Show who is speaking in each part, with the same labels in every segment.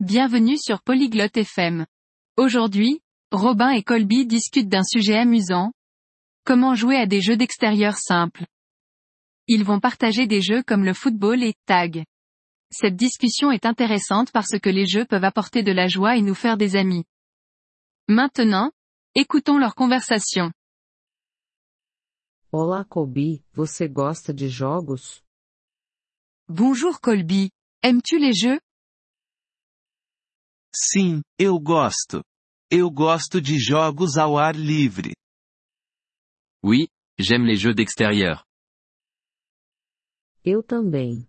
Speaker 1: Bienvenue sur Polyglotte FM. Aujourd'hui, Robin et Colby discutent d'un sujet amusant. Comment jouer à des jeux d'extérieur simples. Ils vont partager des jeux comme le football et tag. Cette discussion est intéressante parce que les jeux peuvent apporter de la joie et nous faire des amis. Maintenant, écoutons leur conversation.
Speaker 2: Olá, Kobe, você gosta de jogos?
Speaker 1: Bonjour Colby. Aimes-tu les jeux
Speaker 3: Sim, eu gosto. Eu gosto de jogos ao ar livre.
Speaker 4: Oui, j'aime les jeux d'extérieur.
Speaker 2: Eu também.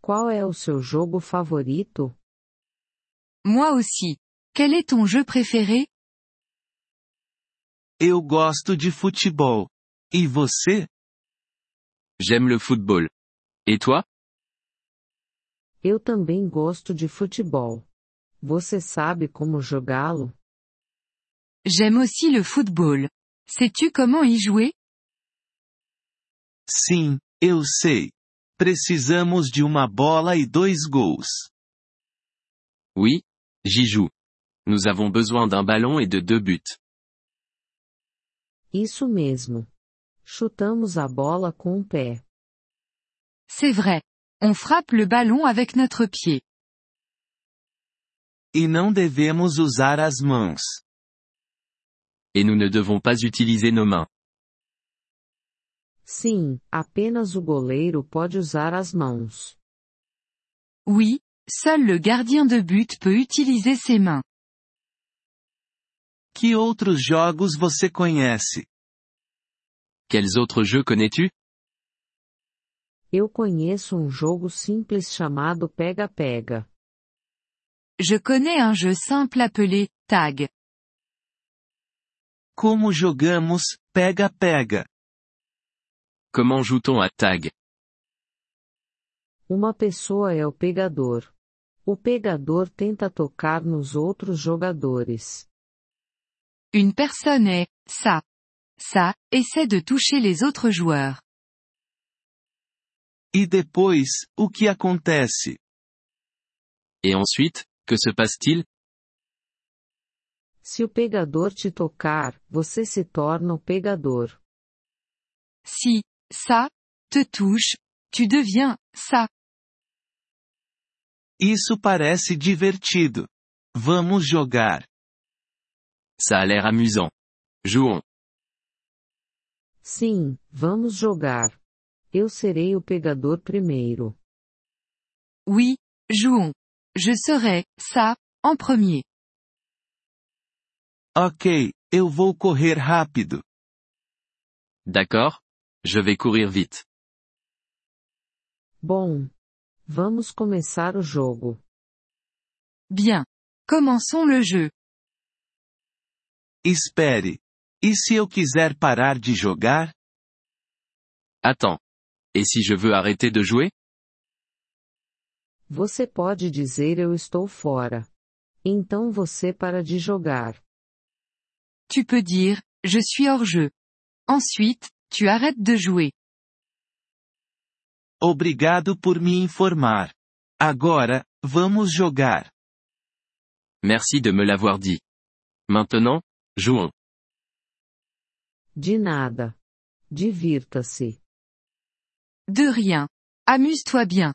Speaker 2: Qual é o seu jogo favorito?
Speaker 1: Moi aussi. Quel est ton jeu préféré
Speaker 3: Eu gosto de futebol. E você?
Speaker 4: J'aime le football. Et toi
Speaker 2: Eu também gosto de futebol. Você sabe como jogá-lo?
Speaker 1: J'aime aussi le football. Sais-tu comment y jouer
Speaker 3: Sim, eu sei. Precisamos de uma bola e dois gols.
Speaker 4: Oui, j'y joue. Nous avons besoin d'un ballon et de deux buts.
Speaker 2: Isso mesmo. Chutamos a bola com o pé.
Speaker 1: C'est vrai. On frappe le ballon avec notre pied.
Speaker 3: E não devemos usar as mãos.
Speaker 4: Et nous ne devons pas utiliser nos mains.
Speaker 2: Sim, apenas o goleiro pode usar as mãos.
Speaker 1: Oui, seul le gardien de but peut utiliser ses mains.
Speaker 3: Que outros jogos você conhece?
Speaker 4: Quels autres jeux connais-tu
Speaker 2: Eu conheço um jogo simples chamado pega-pega.
Speaker 1: Je connais un jeu simple appelé tag.
Speaker 3: Como jogamos, pega-pega.
Speaker 4: Comment joue-t-on à tag
Speaker 2: Uma pessoa é o pegador. O pegador tenta tocar nos outros jogadores.
Speaker 1: Une personne est ça. Ça essaie de toucher les autres joueurs.
Speaker 3: E depois, o que acontece?
Speaker 4: Et ensuite, que se passe-t-il
Speaker 2: Se o pegador te tocar, você se torna o pegador.
Speaker 1: Si ça te touche, tu deviens ça.
Speaker 3: Isso parece divertido. Vamos jogar.
Speaker 4: Ça a l'air amusant. Jouons.
Speaker 2: Sim, vamos jogar. Eu serei o pegador primeiro.
Speaker 1: Oui, jouons. Je serai ça en premier.
Speaker 3: Ok, eu vou correr rápido.
Speaker 4: D'accord Je vais courir vite.
Speaker 2: Bom, vamos começar o jogo.
Speaker 1: Bien. Commençons le jeu.
Speaker 3: Espere. E se eu quiser parar de jogar?
Speaker 4: Attends. Et si je veux arrêter de jouer
Speaker 2: Você pode dizer eu estou fora. Então você para de jogar.
Speaker 1: Tu peux dire je suis hors jeu. Ensuite, tu arrêtes de jouer.
Speaker 3: Obrigado por me informar. Agora, vamos jogar.
Speaker 4: Merci de me l'avoir dit. Maintenant, jouons.
Speaker 2: De nada. Divirta-se.
Speaker 1: De rien. Amuse-toi bien.